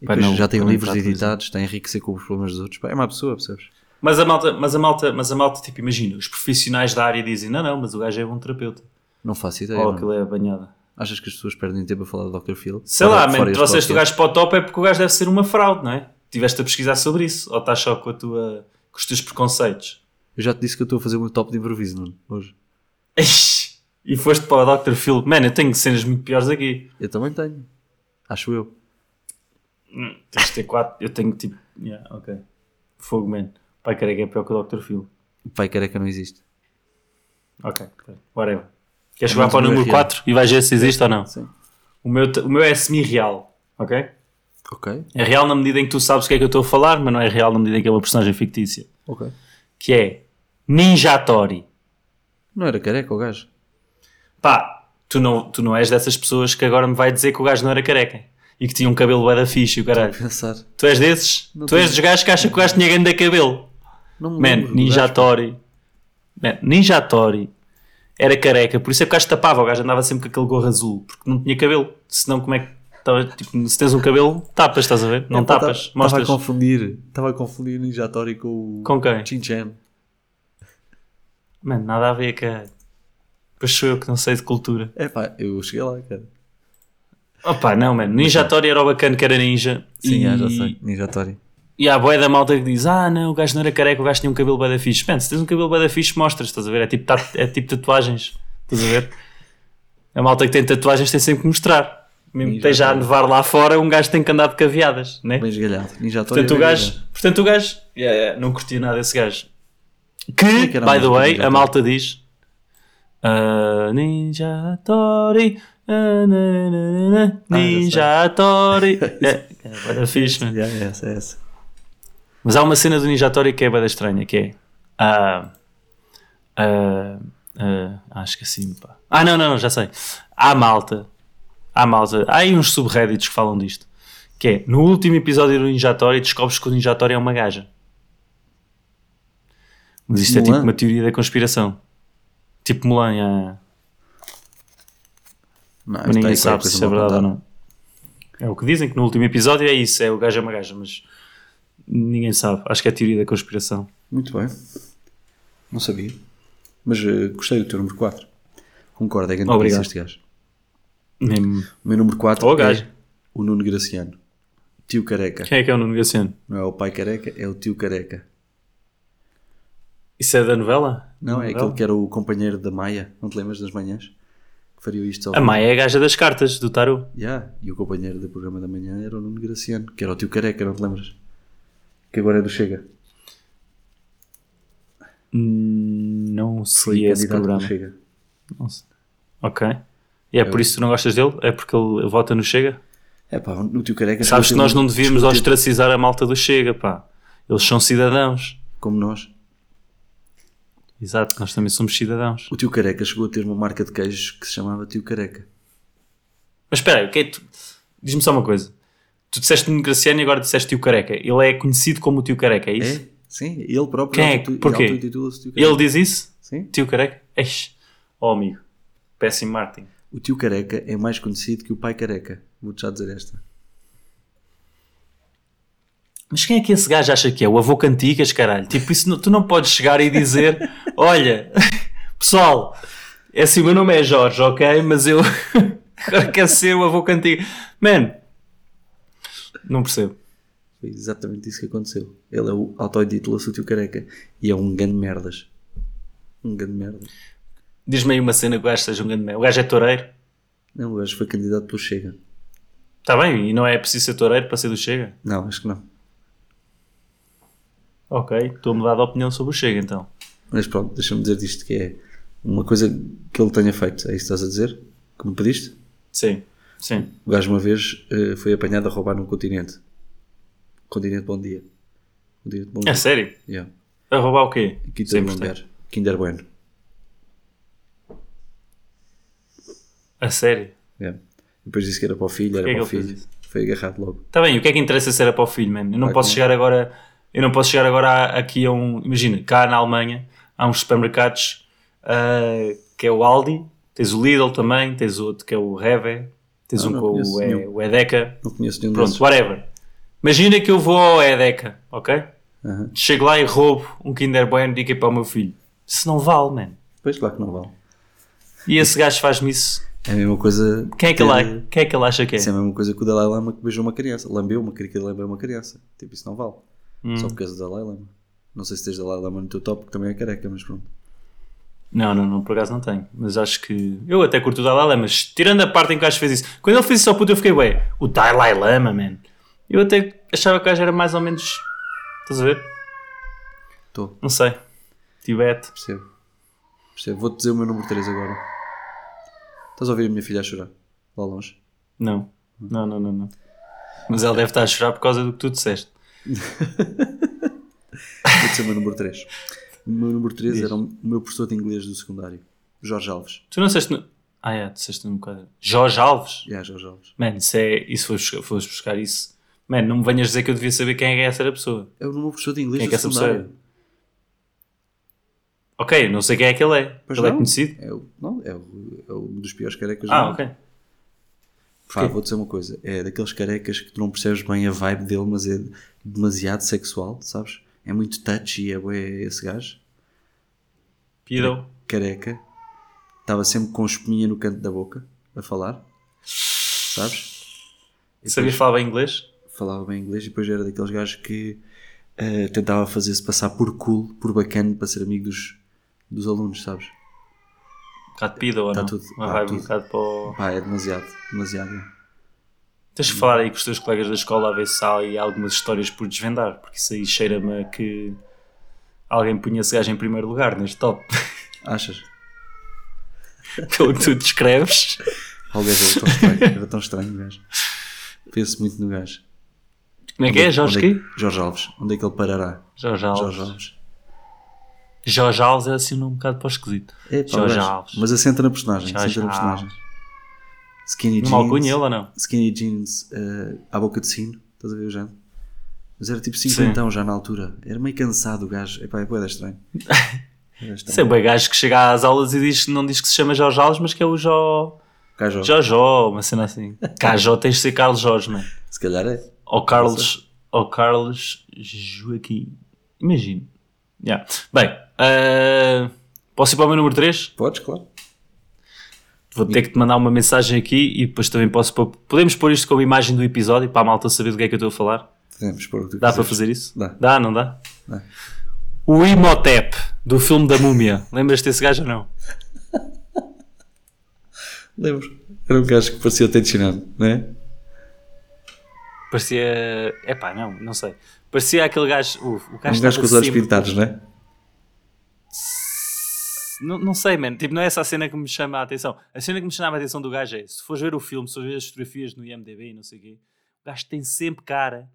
Speaker 2: E
Speaker 3: Pá,
Speaker 2: depois
Speaker 3: não,
Speaker 2: já tem
Speaker 3: para não
Speaker 2: livros
Speaker 3: entrar na
Speaker 2: editados, está a enriquecer com os problemas dos outros. Pá, é uma pessoa, percebes?
Speaker 3: Mas a malta, mas a malta, mas a malta, tipo, imagina, os profissionais da área dizem, não, não, mas o gajo é bom terapeuta.
Speaker 2: Não faço ideia.
Speaker 3: Ou
Speaker 2: mano.
Speaker 3: aquilo é banhada.
Speaker 2: Achas que as pessoas perdem tempo a falar do Dr. Phil?
Speaker 3: Sei
Speaker 2: Fora-
Speaker 3: lá,
Speaker 2: fora
Speaker 3: man,
Speaker 2: este
Speaker 3: trouxeste o gajo
Speaker 2: podcast.
Speaker 3: para o top é porque o gajo deve ser uma fraude, não é? Tiveste a pesquisar sobre isso, ou estás só com a tua, com os teus preconceitos.
Speaker 2: Eu já te disse que eu estou a fazer um top de improviso, mano, hoje.
Speaker 3: Eish! E foste para o Dr. Phil. Man, eu tenho cenas muito piores aqui.
Speaker 2: Eu também tenho. Acho eu.
Speaker 3: Hum, Tens de ter quatro. Eu tenho tipo. Yeah, ok. Fogo, man. Pai careca é pior que o Dr. Phil.
Speaker 2: O pai careca não existe.
Speaker 3: Ok. Whatever. Queres chegar
Speaker 2: Vamos
Speaker 3: para o
Speaker 2: ver
Speaker 3: número
Speaker 2: aqui.
Speaker 3: 4 e vais ver se existe ou não?
Speaker 2: É. Sim.
Speaker 3: O meu, t- o meu é semi-real. Ok?
Speaker 2: Ok.
Speaker 3: É real na medida em que tu sabes o que é que eu estou a falar, mas não é real na medida em que é uma personagem fictícia.
Speaker 2: Ok.
Speaker 3: Que é Ninjatori.
Speaker 2: Não era careca o gajo.
Speaker 3: Pá, tu não, tu não és dessas pessoas que agora me vai dizer que o gajo não era careca e que tinha um cabelo bué da fixe e o caralho.
Speaker 2: Pensar.
Speaker 3: Tu és desses?
Speaker 2: Não
Speaker 3: tu és
Speaker 2: tenho.
Speaker 3: dos gajos que acham que o gajo tinha grande cabelo.
Speaker 2: Não me
Speaker 3: Man,
Speaker 2: lembro do gajo.
Speaker 3: Ninjatori. Man, Ninjatori era careca, por isso é que o gajo tapava, o gajo andava sempre com aquele gorro azul, porque não tinha cabelo. Senão, como é que. tava- tipo, se tens um cabelo, tapas, estás a ver? Não
Speaker 2: É, pá,
Speaker 3: tapas,
Speaker 2: tá- Estava a
Speaker 3: mostras.
Speaker 2: confundir. Estava a confundir Ninja Tori com o.
Speaker 3: Com quem?
Speaker 2: Chin Chan.
Speaker 3: Mano, nada a ver, caralho. Pois sou eu que não sei de cultura.
Speaker 2: É pá, eu cheguei lá, cara.
Speaker 3: Opa, não, mano. Ninjatori era o bacana que era ninja.
Speaker 2: Sim,
Speaker 3: e...
Speaker 2: ah, já sei. Ninja Tori.
Speaker 3: E há boia da malta que diz: Ah, não, o gajo não era careca, o gajo tinha um cabelo bué da fixe. Mano, se tens um cabelo bué da fixe, mostras, estás a ver? É tipo, ta- é tipo tatuagens, estás a ver? A malta que tem tatuagens tem sempre que mostrar. Mesmo que esteja a nevar lá fora, um gajo tem que andar de caveadas, né?
Speaker 2: Bem esgalhado. Ninja Tori.
Speaker 3: Portanto, o
Speaker 2: era
Speaker 3: gajo, portanto, o gajo, yeah, yeah, não curtia nada esse gajo.
Speaker 2: Quem
Speaker 3: Que,
Speaker 2: é que era a
Speaker 3: by the
Speaker 2: música
Speaker 3: way,
Speaker 2: do Ninja
Speaker 3: a malta diz "Ah, Ninja Tori ah, na, na, na, na,
Speaker 2: Ah, já sei.
Speaker 3: Ninja Tori é, é bué da fixe, mano.
Speaker 2: Já, é essa, é essa.
Speaker 3: Mas há uma cena do Ninja Tori que é bada estranha, que é. Ah, ah, ah, acho que assim, pá. Ah, não, não, não, já sei. Há malta. Há malta. Há aí uns subreddits que falam disto. Que é, no último episódio do Ninja Tori descobres que o Ninja Tori é uma gaja. Mas isto é
Speaker 2: Mulan?
Speaker 3: tipo uma teoria da conspiração. Tipo Mulan, é.
Speaker 2: Não,
Speaker 3: Mas
Speaker 2: isto
Speaker 3: ninguém
Speaker 2: aí
Speaker 3: sabe
Speaker 2: qualquer
Speaker 3: se isso
Speaker 2: coisa
Speaker 3: é
Speaker 2: mal
Speaker 3: verdade ou
Speaker 2: contada.
Speaker 3: não. É o que dizem que no último episódio é isso, é o gajo é uma gaja, mas ninguém sabe. Acho que é a teoria da conspiração.
Speaker 2: Muito bem. Não sabia. Mas eh, gostei do teu número 4. Concordo, é grande
Speaker 3: Obrigado.
Speaker 2: preço este gajo.
Speaker 3: Mesmo.
Speaker 2: O meu número 4
Speaker 3: Oh,
Speaker 2: é
Speaker 3: gajo.
Speaker 2: o Nuno Graciano. Tio careca.
Speaker 3: Quem é que é o Nuno Graciano?
Speaker 2: Não é o pai careca, é o tio careca.
Speaker 3: Isso é da novela?
Speaker 2: Não, é
Speaker 3: Novela?
Speaker 2: aquele que era o companheiro da Maia. Não te lembras das manhãs? Que faria isto ao...
Speaker 3: A Maia é a gaja das cartas, do tarot.
Speaker 2: Yeah. E o companheiro do programa da manhã era o Nuno Graciano, que era o tio careca, não te lembras? Que agora é do Chega.
Speaker 3: Hum, Não
Speaker 2: Foi
Speaker 3: sei esse
Speaker 2: candidato do
Speaker 3: programa.
Speaker 2: Chega.
Speaker 3: Não sei. Ok. E é por isso que tu não gostas dele? É porque ele vota no Chega?
Speaker 2: É pá, o tio careca...
Speaker 3: Sabes que nós não devíamos
Speaker 2: discutiu
Speaker 3: ostracizar a malta do Chega, pá. Eles são cidadãos.
Speaker 2: Como nós.
Speaker 3: Exato, nós também somos cidadãos.
Speaker 2: O tio careca chegou a ter uma marca de queijos que se chamava tio careca.
Speaker 3: Mas espera aí, o que é que tu... Diz-me só uma coisa. Tu disseste Nuno Graciano e agora disseste Tio Careca. Ele é conhecido como o Tio Careca, é isso?
Speaker 2: É? Sim, ele próprio.
Speaker 3: Quem é?
Speaker 2: auto-
Speaker 3: Porquê?
Speaker 2: auto-intitula-se Tio Careca.
Speaker 3: Ele diz isso?
Speaker 2: Sim.
Speaker 3: Tio Careca? Eish. Oh, amigo. Péssimo Martin.
Speaker 2: O tio careca é mais conhecido que o pai careca. Vou-te já dizer esta.
Speaker 3: Mas quem é que esse gajo acha que é? O avô Cantigas, caralho. Tipo, isso não- tu não podes chegar e dizer: Olha, pessoal, é assim, o meu nome é Jorge, ok? Mas eu agora quero ser o avô Cantigas. Man, não percebo.
Speaker 2: Foi exatamente isso que aconteceu. Ele é o auto-intitula-se o tio careca. E é um grande merdas. Um grande merda.
Speaker 3: Diz-me aí uma cena que o gajo seja um grande merda. O gajo é toureiro.
Speaker 2: Não, o gajo foi candidato pelo Chega.
Speaker 3: Está bem, e não é preciso ser toureiro para ser do Chega.
Speaker 2: Não, acho que não.
Speaker 3: Ok, estou a mudar de opinião sobre o Chega então.
Speaker 2: Mas pronto, deixa-me dizer disto que é. Uma coisa que ele tenha feito, é isso que estás a dizer? Que me pediste?
Speaker 3: Sim, sim.
Speaker 2: O gajo uma vez eh, foi apanhado a roubar num continente. Continente Bom Dia. Continente Bom
Speaker 3: É
Speaker 2: Dia.
Speaker 3: sério?
Speaker 2: Yeah.
Speaker 3: A roubar o quê?
Speaker 2: Aqui tem
Speaker 3: 100%.
Speaker 2: um lugar. Kinder Bueno.
Speaker 3: A sério?
Speaker 2: Yeah. Depois disse que era para o filho, era
Speaker 3: Porquê
Speaker 2: para o
Speaker 3: que ele
Speaker 2: filho.
Speaker 3: fez
Speaker 2: Foi agarrado logo.
Speaker 3: Está bem, o que é que interessa se era para o filho, mano? Eu não
Speaker 2: Claro
Speaker 3: posso
Speaker 2: que
Speaker 3: chegar agora, eu não posso chegar agora a- aqui a um, imagina, cá na Alemanha há uns supermercados ah, que é o Aldi, tens o Lidl também, tens outro que é o Rewe, tens
Speaker 2: Ah,
Speaker 3: um
Speaker 2: não
Speaker 3: com
Speaker 2: conheço
Speaker 3: o, e,
Speaker 2: nenhum.
Speaker 3: o Edeca,
Speaker 2: Não conheço nenhum
Speaker 3: pronto,
Speaker 2: desses.
Speaker 3: whatever. Imagina que eu vou ao Edeca, ok?
Speaker 2: Aham.
Speaker 3: Chego lá e roubo um Kinder Bueno e digo que é para o meu filho. Isso não vale, mano.
Speaker 2: Pois, claro que não vale.
Speaker 3: E esse gajo faz-me isso.
Speaker 2: É a mesma coisa.
Speaker 3: Quem é que,
Speaker 2: ter-
Speaker 3: ele, a- quem é que ele acha que é?
Speaker 2: Isso é a mesma coisa que o Dalai Lama que beijou uma criança. Lambeu uma criança, lambeu uma criança. Tipo, isso não vale.
Speaker 3: Hum.
Speaker 2: Só por causa do Dalai Lama. Não sei se tens Dalai Lama no teu top, porque também é careca, mas pronto.
Speaker 3: Não, não, não, por acaso não tenho. Mas acho que. Eu até curto o Dalai Lama, mas tirando a parte em que o gajo fez isso. Quando ele fez isso ao puto, eu fiquei, ué, o Dalai Lama, man. Eu até achava que o gajo era mais ou menos. Estás a ver?
Speaker 2: Estou,
Speaker 3: Não sei. Tibete.
Speaker 2: percebo. Percebo. Vou-te dizer o meu número 3 agora. Estás a ouvir a minha filha a chorar? Lá longe.
Speaker 3: Não. Não, não, não, não. Mas ela deve estar a chorar por causa do que tu disseste.
Speaker 2: Vou-te dizer o meu número 3. O meu número 3 era o meu professor de inglês do secundário. Jorge Alves.
Speaker 3: Tu não disseste. No... Ah, é, disseste um bocado. Jorge Alves?
Speaker 2: Já, Jorge Alves.
Speaker 3: Mano, isso é. Isso foi buscar, fores buscar isso. Mano, não me venhas dizer que eu devia saber quem é que é essa era a pessoa.
Speaker 2: É o meu professor de inglês
Speaker 3: Quem é
Speaker 2: do
Speaker 3: que essa pessoa
Speaker 2: secundário.
Speaker 3: Ok, não sei quem é que ele é.
Speaker 2: Pois
Speaker 3: ele é
Speaker 2: não?
Speaker 3: conhecido.
Speaker 2: É o, não, é, o, é um dos piores carecas
Speaker 3: Ah,
Speaker 2: mundo.
Speaker 3: ok.
Speaker 2: Pá, vou dizer uma coisa, é daqueles carecas que tu não percebes bem a vibe dele, mas é demasiado sexual, sabes? É muito touchy, é bué esse gajo,
Speaker 3: Piro.
Speaker 2: careca, estava sempre com espuminha no canto da boca, a falar, sabes? E
Speaker 3: Sabia
Speaker 2: depois
Speaker 3: falar bem inglês?
Speaker 2: falava bem inglês e depois era daqueles gajos que eh, tentava fazer-se passar por cool, por bacana, para ser amigo dos, dos alunos, sabes?
Speaker 3: Um bocado pida ou
Speaker 2: Tá
Speaker 3: não?
Speaker 2: tudo,
Speaker 3: Uma
Speaker 2: tá
Speaker 3: vibe um
Speaker 2: tudo.
Speaker 3: bocado para o...
Speaker 2: Pá, é demasiado, demasiado.
Speaker 3: Tens de falar aí com os teus colegas da escola a ver se há aí algumas histórias por desvendar, porque isso aí cheira-me a que alguém punha esse gajo em primeiro lugar neste top.
Speaker 2: Achas?
Speaker 3: Pelo que tu descreves.
Speaker 2: Oh, o gajo era tão estranho, era tão estranho o gajo. Penso muito no gajo.
Speaker 3: Como é que é? Jorge
Speaker 2: Onde é
Speaker 3: quê?
Speaker 2: que- Jorge Alves. Onde é que ele parará?
Speaker 3: Jorge
Speaker 2: Jorge
Speaker 3: Alves.
Speaker 2: Alves.
Speaker 3: Jorge Alves é assim um nome um bocado para o esquisito.
Speaker 2: É, pá, o
Speaker 3: Jorge
Speaker 2: gajo.
Speaker 3: Alves.
Speaker 2: Mas assenta na personagem.
Speaker 3: Jorge
Speaker 2: Assenta na personagem.
Speaker 3: Alves.
Speaker 2: Skinny
Speaker 3: Numa alcunha ele
Speaker 2: jeans.
Speaker 3: ou não?
Speaker 2: Skinny jeans eh, à boca de sino. Estás a ver o género? Mas era tipo 50 já na altura. Era meio cansado o gajo. Epá, é boeda estranho. É bué
Speaker 3: Isso é
Speaker 2: estranho.
Speaker 3: bem gajo que chega às aulas e diz, não diz que se chama Jorge Alves, mas que é o Jó...
Speaker 2: Gajo,
Speaker 3: Jojó, uma cena assim. Cajó tens de ser Carlos Jorge, mano.
Speaker 2: Se calhar é.
Speaker 3: ao Carlos, ao Carlos Joaquim. Imagino. Yeah. Bem, ah, posso ir para o meu número 3?
Speaker 2: Podes, claro.
Speaker 3: Vou ter que te mandar uma mensagem aqui e depois também posso pôr. Podemos pôr isto como imagem do episódio para a malta saber do que é que eu estou a falar?
Speaker 2: Podemos pôr o que tu
Speaker 3: Dá para
Speaker 2: quiseres.
Speaker 3: fazer isso?
Speaker 2: Dá.
Speaker 3: não dá?
Speaker 2: Dá.
Speaker 3: O Imhotep do filme da Múmia. Lembras-te desse gajo ou não?
Speaker 2: Lembro. Era um gajo que parecia ter ensinado, não é?
Speaker 3: Parecia. Epá, não, não sei. Parecia aquele gajo. o- o gajo
Speaker 2: Um gajo
Speaker 3: estava
Speaker 2: com os olhos
Speaker 3: sempre-
Speaker 2: pintados, não é?
Speaker 3: Não, não sei, mano. Tipo, não é essa a cena que me chama a atenção. A cena que me chama a atenção do gajo é: se fores ver o filme, se fores ver as fotografias no IMDb e não sei o quê, o gajo tem sempre cara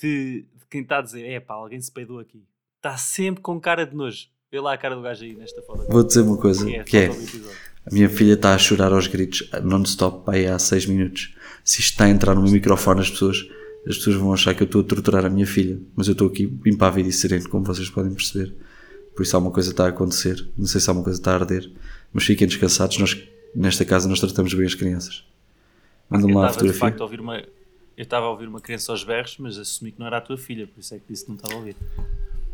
Speaker 3: de, de quem está a dizer: é pá, alguém se peidou aqui. Está sempre com cara de nojo. Vê lá a cara do gajo aí nesta foto.
Speaker 2: Vou dizer uma coisa,
Speaker 3: Que é,
Speaker 2: que é...
Speaker 3: foto do episódio.
Speaker 2: A minha filha está a chorar aos gritos non-stop pá, aí há 6 minutos. Se isto está a entrar no meu microfone, as pessoas, as pessoas vão achar que eu estou a torturar a minha filha. Mas eu estou aqui impávido e sereno, como vocês podem perceber. Por isso alguma coisa está a acontecer. Não sei se alguma coisa está a arder. Mas fiquem descansados, nós, nesta casa nós tratamos bem as crianças. Mandam-me
Speaker 3: Eu
Speaker 2: lá a
Speaker 3: estava tá, de
Speaker 2: fotografia.
Speaker 3: facto a ouvir uma. Eu estava a ouvir uma criança aos berros, mas assumi que não era a tua filha, por isso é que disse que não estava a ouvir.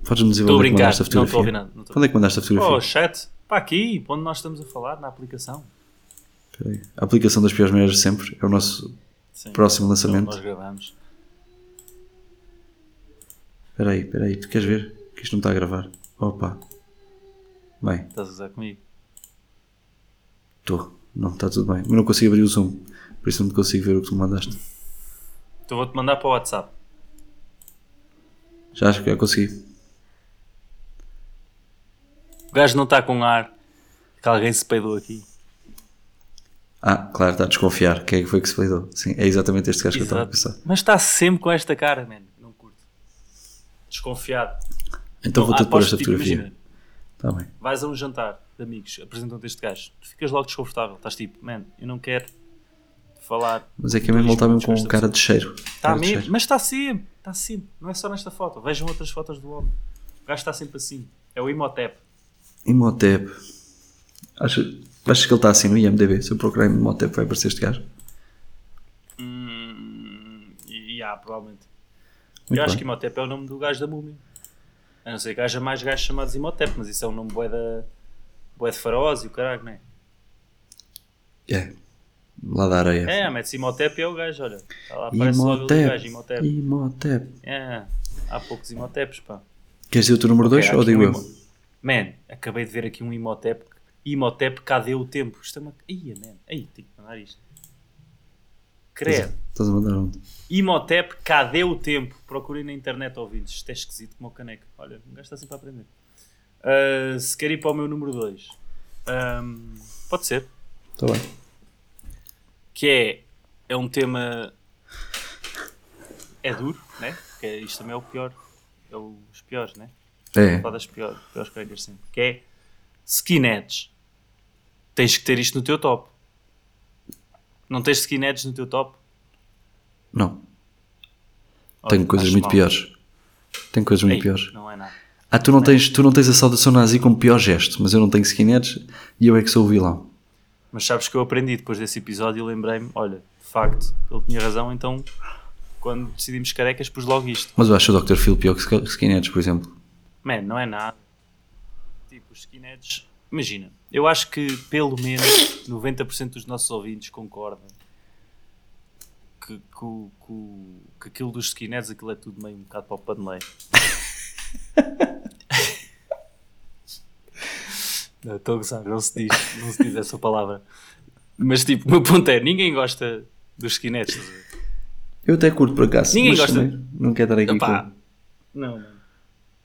Speaker 2: Podes-me dizer
Speaker 3: Estou a
Speaker 2: onde é que
Speaker 3: brincar,
Speaker 2: mandaste
Speaker 3: não
Speaker 2: a
Speaker 3: estou
Speaker 2: fotografia?
Speaker 3: a ouvir nada. Não estou a
Speaker 2: Onde é que mandaste a
Speaker 3: ouvir.
Speaker 2: fotografia?
Speaker 3: Oh, chat, para aqui, para onde nós estamos a falar, na aplicação.
Speaker 2: Espera aí. A aplicação das piores maneiras de sempre é o nosso
Speaker 3: Sim,
Speaker 2: próximo
Speaker 3: onde
Speaker 2: lançamento.
Speaker 3: nós gravamos.
Speaker 2: Espera aí, espera aí. Tu queres ver? Que isto não está a gravar. Opa. Bem.
Speaker 3: Estás a usar comigo?
Speaker 2: Estou. Não, está tudo bem. Mas não consigo abrir o Zoom. Por isso não te consigo ver o que tu me mandaste.
Speaker 3: Então vou-te mandar para o WhatsApp.
Speaker 2: Já acho que já consegui.
Speaker 3: O gajo não está com ar. que alguém se peidou aqui.
Speaker 2: Ah, claro, está a desconfiar. Quem é que foi que se peidou? Sim, é exatamente este gajo que eu estava a
Speaker 3: Exato.
Speaker 2: pensar.
Speaker 3: Mas está sempre com esta cara, man. Não curto. Desconfiado.
Speaker 2: Então
Speaker 3: Não,
Speaker 2: vou-te pôr
Speaker 3: aposto
Speaker 2: esta
Speaker 3: que, tipo,
Speaker 2: fotografia.
Speaker 3: Imagina,
Speaker 2: Está bem.
Speaker 3: vais a um jantar de amigos, apresentam-te este gajo. Tu ficas logo desconfortável. Estás tipo, man, eu não quero falar.
Speaker 2: Mas é que a mesmo ele está mesmo com um cara de cheiro.
Speaker 3: Está
Speaker 2: Cara de
Speaker 3: Tá mesmo,
Speaker 2: cheiro.
Speaker 3: mas está sempre, está sempre. Não é só nesta foto. Vejam outras fotos do homem. O gajo está sempre assim. É o Imhotep.
Speaker 2: Imhotep. Acho, acho que ele está assim no IMDB. Se eu procurar Imhotep vai aparecer este gajo.
Speaker 3: Hum, e e há, provavelmente.
Speaker 2: Muito
Speaker 3: eu acho
Speaker 2: bem.
Speaker 3: que Imhotep é o nome do gajo da múmia. A não ser que haja mais gajos chamados Imhotep, mas isso é um nome bué, da, bué de faróis e o caralho, não é?
Speaker 2: É. Lá da areia.
Speaker 3: É, mete-se Imhotep e é o gajo, olha. Tá lá, aparece logo o gajo,
Speaker 2: Imhotep.
Speaker 3: Imhotep.
Speaker 2: Imhotep.
Speaker 3: É, há poucos Imhoteps, pá.
Speaker 2: Queres dizer o teu número 2
Speaker 3: Ok, há
Speaker 2: ou
Speaker 3: aqui
Speaker 2: digo
Speaker 3: um
Speaker 2: eu?
Speaker 3: Imo- Man, acabei de ver aqui um Imhotep. Imhotep, cadê o tempo? Isto é uma... Ia, man. Aí, tenho que mandar isto. Credo.
Speaker 2: Estás a mandar um. onde?
Speaker 3: Imhotep, cadê o tempo? Procurem na internet ouvintes. Isto é esquisito como o caneco. Olha, um gajo está sempre a aprender. Ah, se quer ir para o meu número 2, pode ser.
Speaker 2: Está Tá bem.
Speaker 3: Que é, é um tema. É duro, né? Porque isto também é o pior. É os piores, né?
Speaker 2: É.
Speaker 3: Falar das piores, piores crackers sempre. Que é skinheads. Tens que ter isto no teu top. Não tens skinheads no teu top?
Speaker 2: Não.
Speaker 3: Olha,
Speaker 2: Tenho coisas
Speaker 3: acho
Speaker 2: muito
Speaker 3: mal.
Speaker 2: piores. Tenho coisas muito
Speaker 3: Ei,
Speaker 2: piores.
Speaker 3: Não é nada.
Speaker 2: Ah, tu não, tens, tu não tens a saudação nazi como pior gesto, mas eu não tenho skinheads e eu é que sou o vilão.
Speaker 3: Mas sabes que eu aprendi depois desse episódio e lembrei-me, olha, de facto, ele tinha razão, então quando decidimos carecas pus logo isto.
Speaker 2: Mas eu acho o Dr. Phil pior que skin- skinheads, por exemplo.
Speaker 3: Man, não é nada. Tipo, os skinheads, imagina, eu acho que pelo menos 90% dos nossos ouvintes concordam que, que, o- que, o- que aquilo dos skinheads, aquilo é tudo meio um bocado para o paneleiro. Não, estou a gozar, não se diz, não se diz essa palavra. Mas tipo, o meu ponto é, ninguém gosta dos skinheads, estás a ver?
Speaker 2: Eu até curto por acaso.
Speaker 3: Ninguém
Speaker 2: mas
Speaker 3: gosta.
Speaker 2: também Não quero estar aqui
Speaker 3: Opa.
Speaker 2: com...
Speaker 3: Não, mano.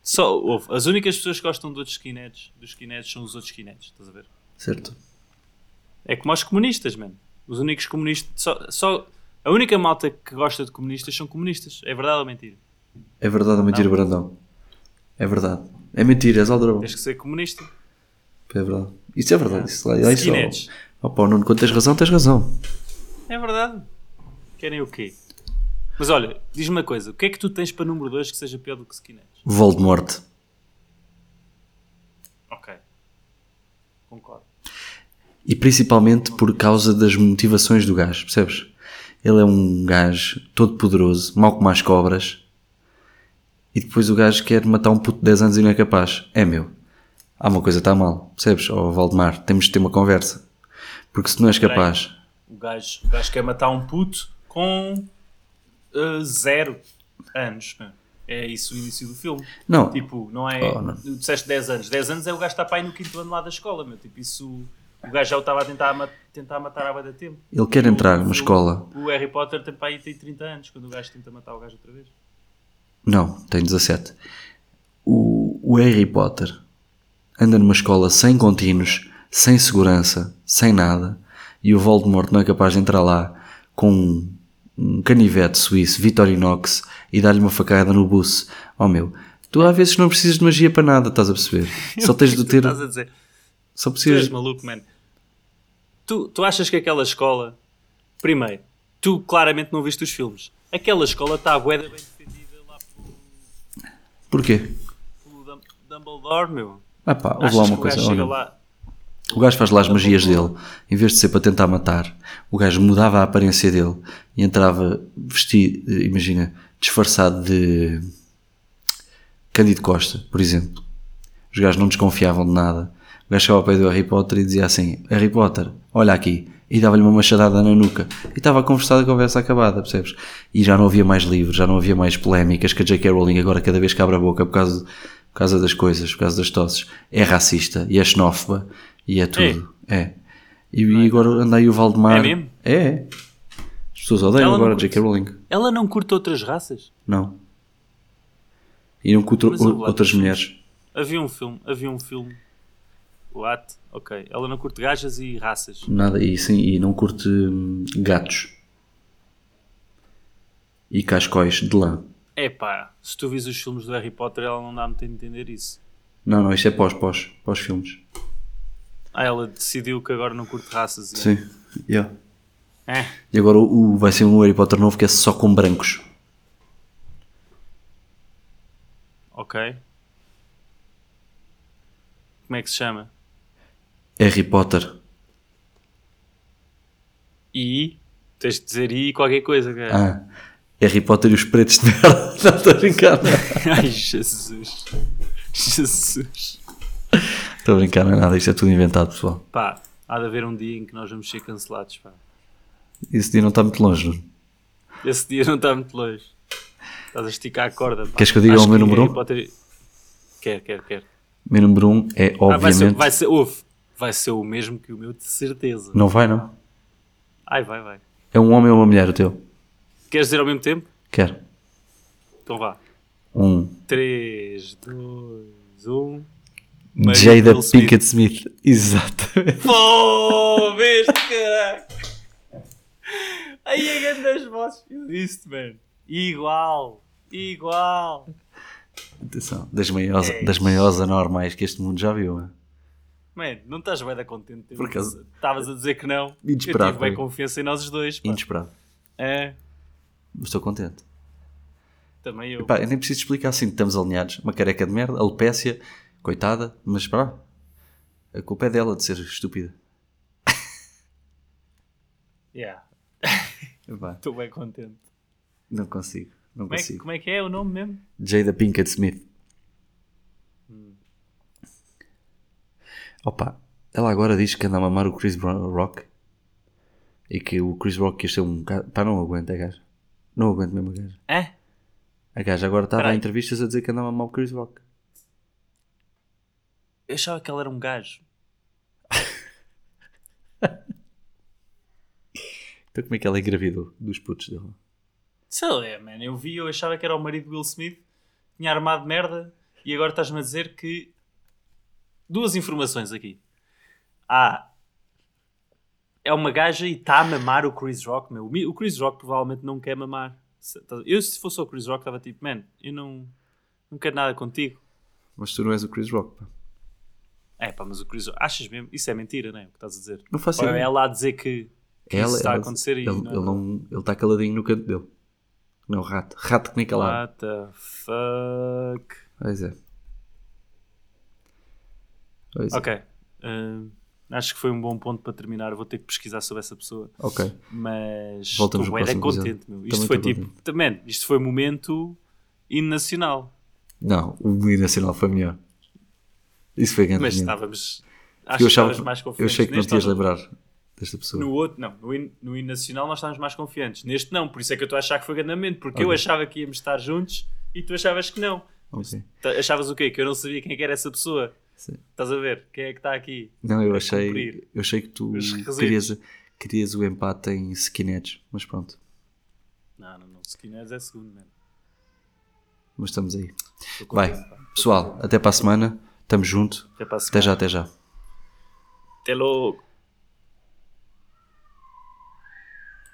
Speaker 3: Só, ouve, as únicas pessoas que gostam de outros skinheads, dos skinheads são os outros skinheads, estás a ver?
Speaker 2: Certo.
Speaker 3: É como aos comunistas, mano. Os únicos comunistas. Só, só, a única malta que gosta de comunistas são comunistas. É verdade ou mentira?
Speaker 2: É verdade ou mentira, Brandão? É verdade. É mentira, és aldrabão.
Speaker 3: Tens que ser comunista.
Speaker 2: É verdade. Isso é verdade. Isso, lá, lá isso,
Speaker 3: Skinheads.
Speaker 2: ó. Opa, Nuno, quando tens razão, tens razão.
Speaker 3: É verdade. Querem o quê? Mas olha, diz-me uma coisa: o que é que tu tens para número 2 que seja pior do que skinheads?
Speaker 2: Voldemort.
Speaker 3: Ok. Concordo.
Speaker 2: E principalmente por causa das motivações do gajo, percebes? Ele é um gajo todo poderoso, mal como as cobras. E depois o gajo quer matar um puto de 10 anos e não é capaz. É meu. Há uma coisa está mal, percebes? Ó Valdemar, temos de ter uma conversa. Porque se tu não és capaz,
Speaker 3: O gajo, o gajo quer matar um puto com eh, zero anos. mano. É isso o início do filme.
Speaker 2: Não.
Speaker 3: Tipo, não é.
Speaker 2: Oh, não.
Speaker 3: Tu disseste 10 anos. 10 anos é o gajo que está para aí no quinto ano lá da escola, meu. Tipo, isso. O gajo já o estava a tentar, ma- tentar matar há bué de tempo.
Speaker 2: ele quer entrar numa escola.
Speaker 3: O Harry Potter tem para aí tem 30 anos, quando o gajo tenta matar o gajo outra vez.
Speaker 2: Não, tem 17. O, o Harry Potter anda numa escola sem contínuos, sem segurança, sem nada, e o Voldemort não é capaz de entrar lá com um, um canivete suíço Victorinox e dar-lhe uma facada no buço. Oh meu, tu às vezes não precisas de magia para nada, estás a perceber? Só tens de
Speaker 3: O que
Speaker 2: ter.
Speaker 3: tu Estás a dizer.
Speaker 2: Só
Speaker 3: Tu és
Speaker 2: precisas.
Speaker 3: maluco, man. Tu, tu achas que aquela escola. Primeiro, tu claramente não viste os filmes. Aquela escola está a bué da bem defendida lá pelo,
Speaker 2: Porquê?
Speaker 3: pelo Dum- Dumbledore, meu.
Speaker 2: Ah pá,
Speaker 3: Achas
Speaker 2: ouve lá uma
Speaker 3: que o gajo
Speaker 2: coisa.
Speaker 3: chega
Speaker 2: olha.
Speaker 3: lá.
Speaker 2: O gajo faz lá as magias dele. Em vez de ser para tentar matar, o gajo mudava a aparência dele e entrava vestido, eh, imagina, disfarçado de Cândido Costa, por exemplo. Os gajos não desconfiavam de nada. O gajo chegava ao pé do Harry Potter e dizia assim: Harry Potter, olha aqui. E dava-lhe uma machadada na nuca. E estava a conversar a conversa acabada, percebes? E já não havia mais livros, já não havia mais polémicas que a J.K. Rowling agora cada vez que abre a boca por causa, por causa das coisas, por causa das tosses, é racista e é xenófoba e é tudo. É. E, e agora anda aí o Valdemar.
Speaker 3: É mesmo?
Speaker 2: É, é. As pessoas odeiam
Speaker 3: Ela não
Speaker 2: agora a
Speaker 3: curte.
Speaker 2: J.K. Rowling.
Speaker 3: Ela não curte outras raças?
Speaker 2: Não. E não com outro-
Speaker 3: Mas o Vlad-
Speaker 2: outras mulheres.
Speaker 3: Havia um filme, havia um filme What? Ok. Ela não curte gajas e raças.
Speaker 2: Nada, e sim, e não curte hum, gatos. E cascóis de lã.
Speaker 3: Epá, se tu vis os filmes do Harry Potter, ela não dá muito a entender isso.
Speaker 2: Não, não, isto é pós, pós, pós filmes.
Speaker 3: Ah, ela decidiu que agora não curte raças. e-
Speaker 2: Sim, yeah.
Speaker 3: É.
Speaker 2: E agora o, o- vai ser um Harry Potter novo que é só com brancos.
Speaker 3: Ok. Como é que se chama?
Speaker 2: Harry Potter.
Speaker 3: I. Tens de dizer I qualquer coisa, cara.
Speaker 2: Ah, Harry Potter e os pretos de merda. Não estou a brincar.
Speaker 3: Ai, Jesus. Jesus.
Speaker 2: Estou a brincar, não é nada. Isto é tudo inventado, pessoal.
Speaker 3: Pá, há de haver um dia em que nós vamos ser cancelados, pá.
Speaker 2: Esse dia não está muito longe. não?
Speaker 3: Esse dia não está muito longe. Estás a esticar a corda. Pá.
Speaker 2: Queres que eu diga
Speaker 3: Acho
Speaker 2: o meu número
Speaker 3: Harry
Speaker 2: um?
Speaker 3: Potter- Quer, quer, quer.
Speaker 2: Meu número 1 um é,
Speaker 3: Ah, vai ser,
Speaker 2: obviamente...
Speaker 3: vai ser, ouve, vai ser o mesmo que o meu, de certeza.
Speaker 2: Não vai, não?
Speaker 3: Ai, vai, vai.
Speaker 2: É um homem ou uma mulher o teu?
Speaker 3: Queres dizer ao mesmo tempo?
Speaker 2: Quer?
Speaker 3: Então vá.
Speaker 2: Um
Speaker 3: 3, 2, 1.
Speaker 2: Jada Pinkett Smith. Exatamente.
Speaker 3: Pô, veste, caraca! Aí a grande das vozes. Eu disse, mano. Igual. Igual.
Speaker 2: Atenção, das maiores,
Speaker 3: É
Speaker 2: das maiores anormais que este mundo já viu. é?
Speaker 3: Mano, não estás bem da contente.
Speaker 2: Por acaso-
Speaker 3: Estavas a dizer que não.
Speaker 2: Inesperado,
Speaker 3: Eu tive bem
Speaker 2: mano.
Speaker 3: confiança em nós os dois. Pá.
Speaker 2: Inesperado.
Speaker 3: É,
Speaker 2: Mas Estou contente.
Speaker 3: também eu.
Speaker 2: Pá, eu nem preciso explicar assim, estamos alinhados. Uma careca de merda, alopécia, coitada, mas pá, a culpa é dela de ser estúpida.
Speaker 3: Yeah.
Speaker 2: Epá,
Speaker 3: Estou bem contente.
Speaker 2: não consigo, não
Speaker 3: Então, Como é, que,
Speaker 2: consigo.
Speaker 3: como é que é o nome mesmo?
Speaker 2: Jada Pinkett Smith.
Speaker 3: Hum.
Speaker 2: Opa, ela agora diz que anda a mamar o Chris Bro- Rock e que o Chris Rock quis ser um gajo. Pá, não aguento a gaja. Não aguento mesmo a gaja.
Speaker 3: É?
Speaker 2: A gaja agora está a dar
Speaker 3: Peraí.
Speaker 2: entrevistas a dizer que anda a mamar o Chris Rock.
Speaker 3: Eu achava que ele era um gajo.
Speaker 2: Então como é que ela engravidou dos putos dela?
Speaker 3: Sei lá, mano. Eu vi, eu achava que era o marido de Will Smith. Tinha armado merda. E agora estás-me a dizer que... Duas informações aqui. Ah, é uma gaja e está a mamar o Chris Rock, meu. O mi- O Chris Rock provavelmente não quer mamar. Se- tá- Eu, se fosse o Chris Rock, estava tipo, man, eu não, não quero nada contigo.
Speaker 2: Mas tu não és o Chris Rock, pá.
Speaker 3: É pá, mas o Chris Rock... Achas mesmo? Isso é mentira, não é? O que estás a dizer?
Speaker 2: Não faço
Speaker 3: Ou
Speaker 2: ideia.
Speaker 3: é ela a dizer que, que isso está a acontecer e
Speaker 2: ele,
Speaker 3: não é
Speaker 2: ele não- ele está caladinho no canto dele. Não, rato. Rato que nem calado.
Speaker 3: What the fuck?
Speaker 2: Pois é. Pois é.
Speaker 3: Ok. Hum, acho que foi um bom ponto para terminar. Vou ter que pesquisar sobre essa pessoa.
Speaker 2: Ok.
Speaker 3: Mas estou
Speaker 2: Voltamos no
Speaker 3: bué da
Speaker 2: próximo episódio.
Speaker 3: contente, meu. Isto
Speaker 2: Também
Speaker 3: foi
Speaker 2: estou
Speaker 3: tipo. Também, isto foi um momento inacional.
Speaker 2: Não, o Menino Nacional foi melhor. Isso foi grande.
Speaker 3: Mas
Speaker 2: momento.
Speaker 3: estávamos. Acho
Speaker 2: Porque eu,
Speaker 3: que
Speaker 2: achava,
Speaker 3: estávamos mais
Speaker 2: eu
Speaker 3: confiantes.
Speaker 2: achei que não
Speaker 3: neste
Speaker 2: te ias
Speaker 3: ou
Speaker 2: lembrar desta pessoa.
Speaker 3: No outro, não, no, in, no Inacional nós estávamos mais confiantes. Neste não, por isso é que eu estou a achar que foi grandamente, porque eu
Speaker 2: Ok.
Speaker 3: achava que íamos estar juntos e tu achavas que não.
Speaker 2: Ok.
Speaker 3: Ta- Achavas o quê? Que eu não sabia quem é que era essa pessoa.
Speaker 2: Sim.
Speaker 3: Estás a ver? Quem é que está aqui?
Speaker 2: Não, eu
Speaker 3: Para
Speaker 2: achei,
Speaker 3: cumprir
Speaker 2: eu achei que tu
Speaker 3: os requisitos.
Speaker 2: querias, querias o empate em skinheads, mas pronto.
Speaker 3: Não, não, não. Skinheads é segundo, mano.
Speaker 2: Mas estamos aí.
Speaker 3: Estou
Speaker 2: Vai,
Speaker 3: contente, pá.
Speaker 2: pessoal, até para a semana. Estamos junto.
Speaker 3: Até para a
Speaker 2: Até
Speaker 3: semana.
Speaker 2: já, até já.
Speaker 3: Até logo.